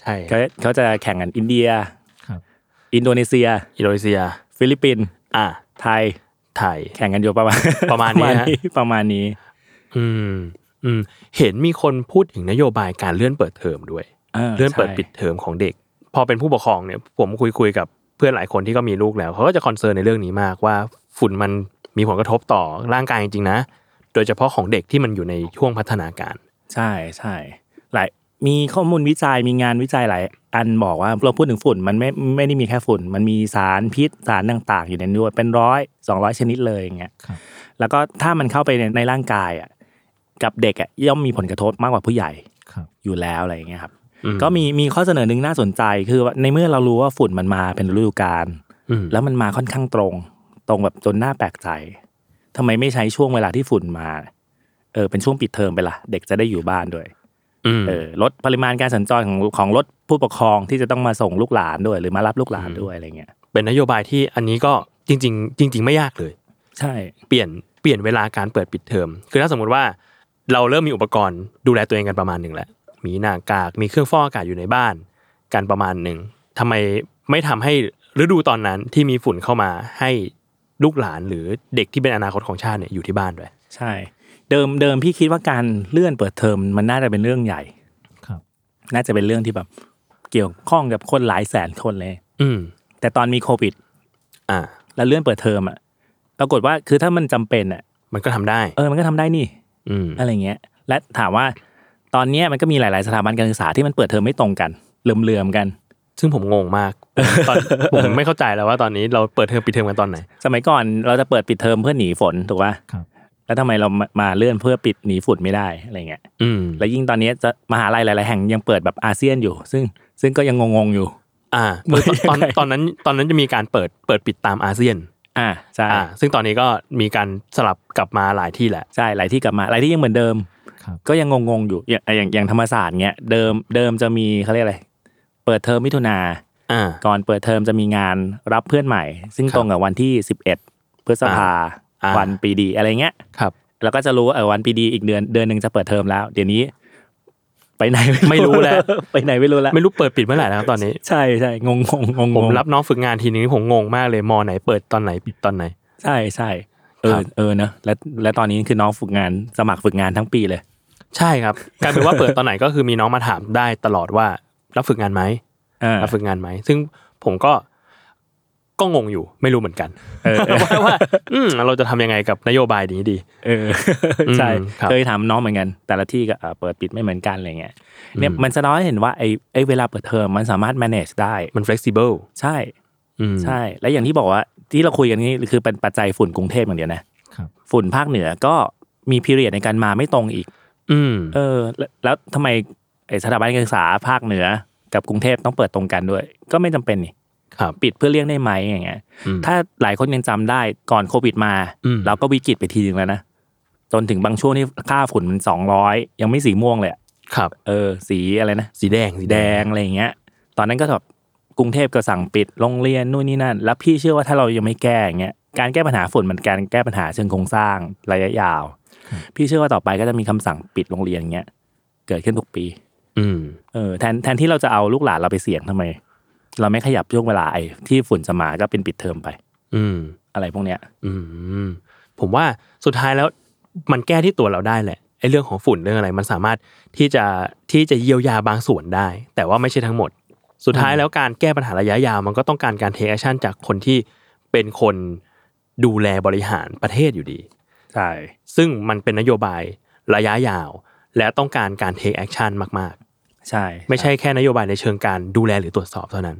ใช่
เขาเขาจะแข่งกันอินเดีย
ครับ
อินโดนีเซีย
อินโดนีเซีย
ฟิลิปปินส์
อ่ะ
ไทย
ไทย
แข่งกันอยู่ประมาณ
ประมาณนี้ฮะ
ประมาณนี้
อืมอืมเห็นมีคนพูดถึงนโยบายการเลื่อนเปิดเทอมด้วย เลื่อนเปิดปิดเทอมของเด็ก พอเป็นผู้ปกครองเนี่ยผมคุยคุยกับเพื่อนหลายคนที่ก็มีลูกแล้วเขาก็จะคอนเซิร์นในเรื่องนี้มากว่าฝุ่นมันมีผลกระทบต่อร่างกายจริงๆนะ โดยเฉพาะของเด็กที่มันอยู่ในช่วงพัฒนาการ
ใช่ใช่หลายมีข้อมูลวิจัยมีงานวิจัยหลายอันบอกว่าเราพูดถึงฝุ่นมันไม่ไม่ได้มีแค่ฝุ่น มันมีสารพิษสารต่าง ๆ อยู่ในนี้ด้วยเป็นร้อยสองร้อยชนิดเลยอย่างเงี้ย
ครับ
แล้วก็ถ้ามันเข้าไปในในร่างกายอ่ะกับเด็กอ่ะย่อมมีผลกระทบมากกว่าผู้ใหญ่
ครับ
อยู่แล้วอะไรอย่างเงี้ยครับ
อืม
ก็มีมีข้อเสนอหนึ่งน่าสนใจคือว่าในเมื่อเรารู้ว่าฝุ่นมันมาเป็นฤดูกาล
อืม
แล้วมันมาค่อนข้างตรง ตรงแบบจนน่าแปลกใจทำไมไม่ใช้ช่วงเวลาที่ฝุ่นมาเออเป็นช่วงปิดเทอมไปละเด็กจะได้อยู่บ้านด้วย
อืม
เออลดปริมาณการสัญจรของของรถผู้ปกครองที่จะต้องมาส่งลูกหลานด้วย หรือมารับลูกหลาน
อืม
ด้วยอะไรเงี้ย
เป็นนโยบายที่อันนี้ก็จริง ๆ จริง ๆ ไม่ยากเลย
ใช่
เปลี่ยนเปลี่ยนเวลาการเปิดปิดเทอม คือถ้าสมมติว่าเราเริ่มมีอุปกรณ์ดูแลตัวเองกันประมาณหนึ่งแล้ว มีหน้ากาก มีเครื่องฟอกอากาศอยู่ในบ้านกันประมาณหนึ่งทำไมไม่ทำให้ฤดูตอนนั้นที่มีฝุ่นเข้ามาให้ลูกหลานหรือเด็กที่เป็นอนาคตของชาติเนี่ยอยู่ที่บ้านด้วย
ใช่ เดิมเดิมพี่คิดว่าการเลื่อนเปิดเทอมมันน่าจะเป็นเรื่องใหญ่
ครับ
น่าจะเป็นเรื่องที่แบบเกี่ยวข้องกับคนหลายแสนคนเลย
อืม
แต่ตอนมีโควิด
อ่า
แล้วเลื่อนเปิดเทอมอ่ะปรากฏว่าคือถ้ามันจำเป็นอ่ะ
มันก็ทำได้
เออมันก็ทำได้นี่
อืม
อะไรเงี้ย และถามว่าตอนเนี้ยมันก็มีหลาย ๆ สถาบันการศึกษาที่มันเปิดเทอมไม่ตรงกันเหลื่อมๆกัน
ซึ่งผมงงมากตอน ผมไม่เข้าใจแล้วว่าตอนนี้เราเปิดเทอมปิดเทอมกันตอนไหน
สมัยก่อนเราจะเปิดปิดเทอมเพื่อหนีฝนถูกป่ะ
ครับ
แล้วทำไมเรามามาเลื่อนเพื่อปิดหนีฝุ่นไม่ได้อะไรเงี้ย
อืม
แล้วยิ่งตอนนี้จะมหาลัยหลาย ๆ แห่งยังเปิดแบบอาเซียนอยู่ ซึ่งซึ่งก็ยังงงๆอยู่
อ่าคือตอน
ไม่ได้
ตอนนั้นตอนนั้นจะมีการเปิดเปิดปิดตามอาเซียน
อ่าใช่
อ่าซึ่งตอนนี้ก็มีการสลับกลับมาหลายที่แหละ
ใช่หลายที่กลับมาหลายที่ยังเหมือนเดิม
ครับ
ก็ยังงงๆอยู่อย่างอย่างอย่างธรรมศาสตร์เงี้ยเดิมเดิมจะมีเขาเรียกอะไรเปิดเทอมมิถุนา
อ่า
ก่อนเปิดเทอมจะมีงานรับเพื่อนใหม่ ซึ่ง
ครับ
ตรงกับวันที่ 11 พฤษภา
อ่า
วันปีดีอะไรเงี้ย
ครับ
เราก็จะรู้ว่าเออวันปีดีอีกเดือนเดือนหนึ่งจะเปิดเทอมแล้ว เดี๋ยวนี้ ไปไหน
ไม่ รู้แล้ว
ไปไหนไม่รู้แล้ว
ไม่รู้เปิดปิดเมื่อไหร่แล้วครับตอนนี้
ใช่ใช่งงงงงง
ผมรับน้องฝึกงานทีนึงผมงงมากเลยมอไหนเปิดตอนไหนปิดตอนไหน
ใช่ใช่เอ
ครั
อบ เออเนอะและและตอนนี้คือน้องฝึกงานสมัครฝึกงานทั้งปีเลย
ใช่ครับ กลายเป็นว่าเปิดตอนไหนก็คือมีน้องมาถามได้ตลอดว่า รับฝึกงานไหม
เออ
รับฝึกงานไหมซึ่งผมก็ก็งงอยู่ไม่รู้เหมือนกัน
เออเออ
ว่าว่าอืมเราจะทำยังไงกับนโยบายนี้ดี
เออใช่
อืมครับ
เคยถามน้องเหมือนกัน แต่ละที่ก็เออเปิดปิดไม่เหมือนกันอะไรเงี้ยเนี่ยมันสะท้อนให้เห็นว่าไอ้ไอ้เวลาเปิดเทอมมันสามารถ manage ได้
มัน flexible
ใช่
อืม
ใช่ และอย่างที่บอกว่าที่เราคุยกันนี่คือเป็นปัจจัยฝุ่นกรุงเทพอย่างเดียวนะครับ ฝุ่นภาคเหนือก็มีพีเรียดในการมาไม่ตรงอีก
อืม
เออแล้วแล้วทำไมไอ้สถาบันการศึกษาภาคเหนือกับกรุงเทพต้องเปิดตรงกันด้วย ก็ไม่จำเป็นนี่
ครับ
ปิดเพื่อเลี่ยงได้ไหมอย่างเงี้ย
อืม
ถ้าหลายคนยังจำได้ก่อนโควิดมา
อืม
เราก็วิกฤตไปทีนึงแล้วนะ จนถึงบางช่วงที่ค่าฝุ่นมันสองร้อยยังไม่สีม่วงเลยอะ
ครับ
เออ สีอะไรนะ
สีแดงสี
แดงอะไรอย่างเงี้ย ตอนนั้นก็แบบกรุงเทพก็สั่งปิดโรงเรียนนู่นนี่นั่น แล้วพี่เชื่อว่าถ้าเรายังไม่แก้อย่างเงี้ยการแก้ปัญหาฝุ่นมันการแก้ปัญหาเชิงโครงสร้างระยะยาว พี่เชื่อว่าต่อไปก็จะมีคำสั่งปิดโรงเรียนอย่างเงี้ยเกิดขึ้นทุกปี
อืม
เออแทนแทนที่เราจะเอาลูกหลานเราไปเสี่ยงทำไม เราไม่ขยับช่วงเวลาไอ้ที่ฝุ่นจะมาก็เป็นปิดเทอมไป
อืม
อะไรพวกเนี้ย
อืม ผมว่าสุดท้ายแล้วมันแก้ที่ตัวเราได้แหละไอ้เรื่องของฝุ่นเรื่องอะไร มันสามารถที่จะที่จะเยียวยาบางส่วนได้ แต่ว่าไม่ใช่ทั้งหมด สุดท้ายแล้วการแก้ปัญหาระยะยาวมันก็ต้องการการเทคแอคชั่นจากคนที่เป็นคนดูแลบริหารประเทศอยู่ดี
ใช่
ซึ่งมันเป็นนโยบายระยะยาว และต้องการการเทคแอคชั่นมาก
ใช่
ๆ ไม่ใช่แค่นโยบายในเชิงการดูแลหรือตรวจสอบเท่านั้น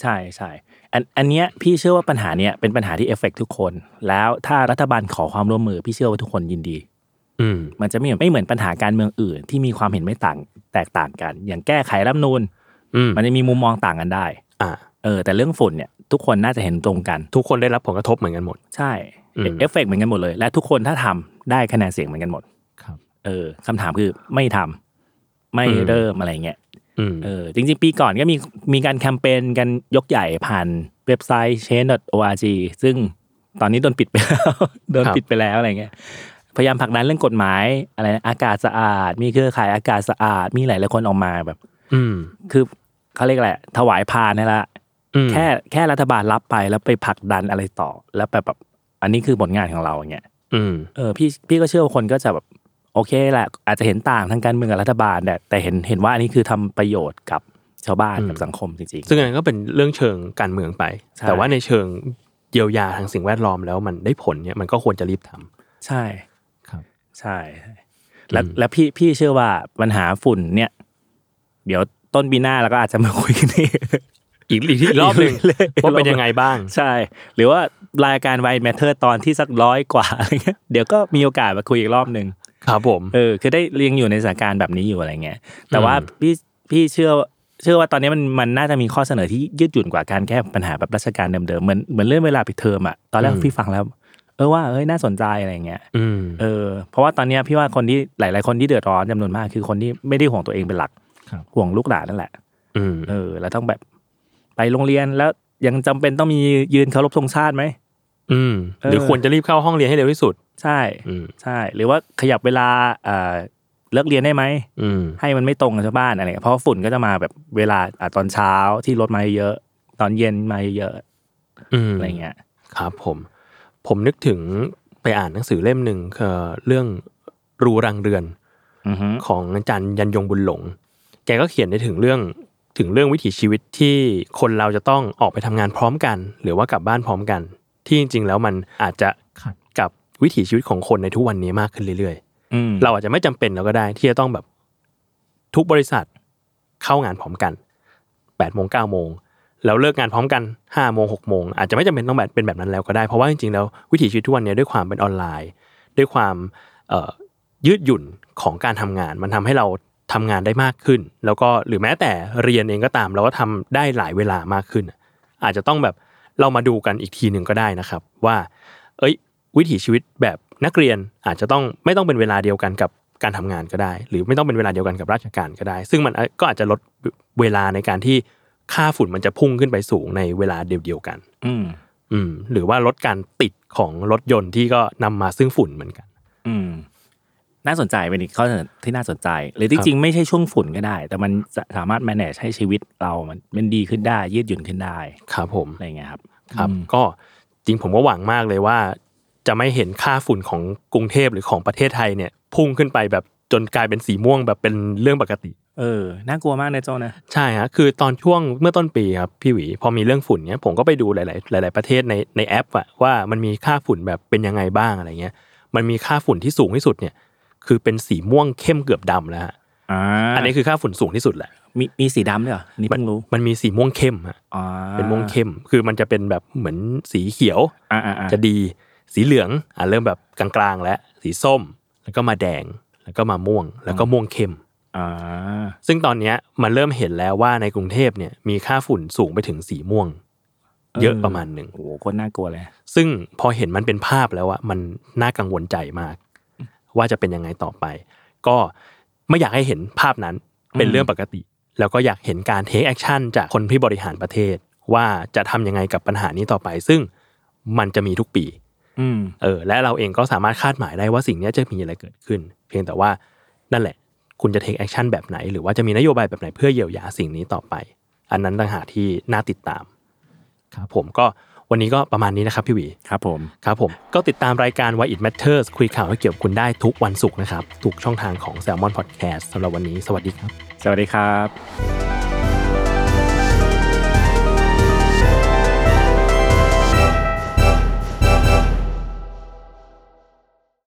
ใช่ใช่อันอันเนี้ยพี่เชื่อว่าปัญหาเนี้ยเป็นปัญหาที่เอฟเฟกทุกคน แล้วถ้ารัฐบาลขอความร่วมมือพี่เชื่อว่าทุกคนยินดี
อืม
มันจะไม่เหมือนไม่เหมือนปัญหาการเมืองอื่น ที่มีความเห็นไม่ต่างแตกต่างกัน อย่างแก้ไขรัฐธรรมนูน
อืม
มันจะมีมุมมองต่างกันได้
อ่า
เออแต่เรื่องฝุ่นเนี่ยทุกคนน่าจะเห็นตรงกัน
ทุกคนได้รับผลกระทบเหมือนกันหมด
ใช่
อืม
เอฟเฟกต์เหมือนกันหมดเลย และทุกคนถ้าทำได้คะแนนเสียงเหมือนกันหมด
ครับ
เออคำถามคือไม่ทำไม่เริ่มอะไรเงี้ย
อืม
เออจริง ๆ ปีก่อนก็มีมีการแคมเปญกันยกใหญ่ผ่านเว็บไซต์ change.org ซึ่งตอนนี้โดนปิดไป แล้ว โดนปิดไปแล้วอะไรเงี้ยพยายามผลักดันเรื่องกฎหมายอะไรนะอากาศสะอาด มีเครือข่ายอากาศสะอาด มีหลายๆคนออกมาแบบ
อืม
คือเขาเรียกอะไรถวายพานนี่แหละ
อืม
แค่แค่รัฐบาลรับไปแล้วไปผลักดันอะไรต่อ แล้วแบบแบบอันนี้คือผลงานของเราอย่างเงี้ย
อืม
เออพี่พี่ก็เชื่อว่าคนก็จะแบบโอเคแหละอาจจะเห็นต่างทางการเมืองกับรัฐบาลแต่แต่เห็นเห็นว่าอันนี้คือทำประโยชน์กับชาวบ้าน
อืม
กับสังคมจริง
ซึ่งอันนั้นก็เป็นเรื่องเชิงการเมืองไป
ใช่
แต่ว่าในเชิงเยียวยาทางสิ่งแวดล้อมแล้วมันได้ผลเนี่ยมันก็ควรจะรีบทำ
ๆ ใช่
ครับ
ใช่และ
อืม
และพี่พี่เชื่อว่าปัญหาฝุ่นเนี่ย เดี๋ยวต้นปีหน้าเราก็อาจจะมาคุยกันอีก
อีกอีกอีกรอบหนึ่ง
เรื่อยๆ
ว่าเป็นยังไงบ้าง
ใช่ หรือว่ารายการ w i แมทเทอร์ตอนที่สักร้อยกว่าอะไรเงี้ยเดี๋ยวก็มีโอกาสมาคุยอีกรอบหนึ่ง
ครับผม
เออคือได้เรียงอยู่ในสถานการณ์แบบนี้อยู่อะไรเงี้ยแต่
อืม
ว่าพี่พี่เชื่อเชื่อว่าตอนนี้มันมันน่าจะมีข้อเสนอที่ยืดหยุ่นกว่าการแก้ปัญหาแบบราชการเดิมๆเหมือนเหมือนเรื่องเวลาปิดเทอมอะตอนแรกพี่ฟังแล้ว เออว่าเอ้ยน่าสนใจอะไรเงี้ย
อืม
เออเพราะว่าตอนเนี้ยพี่ว่าคนที่หลาย ๆ คนที่เดือดร้อนจำนวนมากคือคนที่ไม่ได้ห่วงตัวเองเป็นหลัก
ครับ
ห่วงลูกหลานนั่นแหละ
อืม
เออแล้วต้องแบบไปโรงเรียนแล้วยังจำเป็นต้องมียืนเคารพธงชาติไหม
อืม
เออ
หรือควรจะรีบเข้าห้องเรียนให้เร็วที่สุด
ใช่
อืม
ใช่ หรือว่าขยับเวลาเอ่อเลิกเรียนได้ไหม
อืม
ให้มันไม่ตรงกับชาวบ้านอะไรเงี้ยเพราะฝุ่นก็จะมาแบบเวลาอ่ะตอนเช้าที่รถมาเยอะตอนเย็นมาเยอะ
อืม
อะไรเงี้ย
ครับผม ผมนึกถึงไปอ่านหนังสือเล่มหนึ่งเอ่อเรื่องรูรังเรือน
อือฮึ
ของอาจารย์ยันยงบุญหลง แกก็เขียนได้ถึงเรื่องถึงเรื่องวิถีชีวิตที่คนเราจะต้องออกไปทำงานพร้อมกัน หรือว่ากลับบ้านพร้อมกัน ที่จริงๆแล้วมันอาจจะ
ครับ
กับวิถีชีวิตของคนในทุกวันนี้มากขึ้นเรื่อย
อืม
ๆ เราอาจจะไม่จำเป็นแล้วก็ได้ที่จะต้องแบบทุกบริษัทเข้างานพร้อมกัน8ปดโมงเก้าโมงแล้วเลิกงานพร้อมกัน5้าโมงหกโมงอาจจะไม่จำเป็นต้องแบบเป็นแบบนั้นแล้วก็ได้เพราะว่าจริงๆแล้ววิถีชีวิตทุกวันนี้ด้วยความเป็นออนไลน์ ด้วยความเอ่อยืดหยุ่นของการทำงาน มันทำให้เราทำงานได้มากขึ้น แล้วก็หรือแม้แต่เรียนเองก็ตาม เราก็ทำได้หลายเวลามากขึ้น อาจจะต้องแบบเรามาดูกันอีกทีหนึ่งก็ได้นะครับ ว่า เอ้ย วิถีชีวิตแบบนักเรียนอาจจะต้องไม่ต้องเป็นเวลาเดียวกันกับการทำงานก็ได้ หรือไม่ต้องเป็นเวลาเดียวกันกับราชการก็ได้ ซึ่งมันก็อาจจะลดเวลาในการที่ค่าฝุ่นมันจะพุ่งขึ้นไปสูงในเวลาเดียวๆกัน
อืม
อืมหรือว่าลดการติดของรถยนต์ที่ก็นำมาซึ่งฝุ่นเหมือนกัน
อืมน่าสนใจเป็นอีกข้อเสนอที่น่าสนใจ หรือจริงๆไม่ใช่ช่วงฝุ่นก็ได้ แต่มันจะสามารถ manage ให้ชีวิตเรามันมันดีขึ้นได้ยืดหยุ่นขึ้นได้
ครับผม
อะไรเงี้ยครับ
ครับก็จริงผมก็หวังมากเลยว่า จะไม่เห็นค่าฝุ่นของกรุงเทพหรือของประเทศไทยเนี่ย พุ่งขึ้นไปแบบจนกลายเป็นสีม่วงแบบเป็นเรื่องปกติ
เออน่ากลัวมากนะโจนะ
ใช่ฮะคือตอนช่วงเมื่อต้นปีครับพี่หวีพอมีเรื่องฝุ่นเนี่ยผมก็ไปดูหลาย ๆ หลาย ๆ ประเทศในในแอปอะว่ามันมีค่าฝุ่นแบบเป็นยังไงบ้างอะไรเงี้ยมันมีค่าฝุ่นที่สูงที่สุดเนี่ย คือเป็นสีม่วงเข้มเกือบดำแล้วฮะ
อ่า
อันนี้คือค่าฝุ่นสูงที่สุดแหละ
มีมีสีดำด้วยเหรอนี่
มัน
เพิ่งรู้
มันมีสีม่วงเข้มฮะ
อ๋อ
เป็นม่วงเข้ม คือมันจะเป็นแบบเหมือนสีเขียว
อ่าอ่าอ่า
จะดีสีเหลืองอ่ะเริ่มแบบกลางๆ แล้วสีส้ม แล้วก็มาแดงแล้วก็มาม่วง แล้วก็ม่วงเข้ม
อ่า
ซึ่งตอนเนี้ยมันเริ่มเห็นแล้วว่าในกรุงเทพเนี่ยมีค่าฝุ่นสูงไปถึงสีม่วง เยอะประมาณหนึ่ง
โอ้โหโคตรน่ากลัวเลย
ซึ่งพอเห็นมันเป็นภาพแล้วอะมันน่ากังวลใจมาก ว่าจะเป็นยังไงต่อไป ก็ไม่อยากให้เห็นภาพนั้นเป็นเรื่องปกติ แล้วก็อยากเห็นการเทคแอคชั่นจากคนที่บริหารประเทศ ว่าจะทำยังไงกับปัญหานี้ต่อไป ซึ่งมันจะมีทุกปี
อืม
เออและเราเองก็สามารถคาดหมายได้ว่าสิ่งเนี้ยจะมีอะไรเกิดขึ้น เพียงแต่ว่านั่นแหละ คุณจะเทคแอคชั่นแบบไหน หรือว่าจะมีนโยบายแบบไหนเพื่อเยียวยาสิ่งนี้ต่อไป อันนั้นต่างหากที่น่าติดตาม
ครับ
ผมก็วันนี้ก็ประมาณนี้นะครับพี่หวี
ครับผม
ครับผมก็ติดตามรายการ Why It Matters คุยข่าวให้เกี่ยวกับคุณได้ทุกวันศุกร์นะครับทุกช่องทางของ Salmon Podcast สำหรับวันนี้สวัสดีครับ
สวัสดีครับ
บ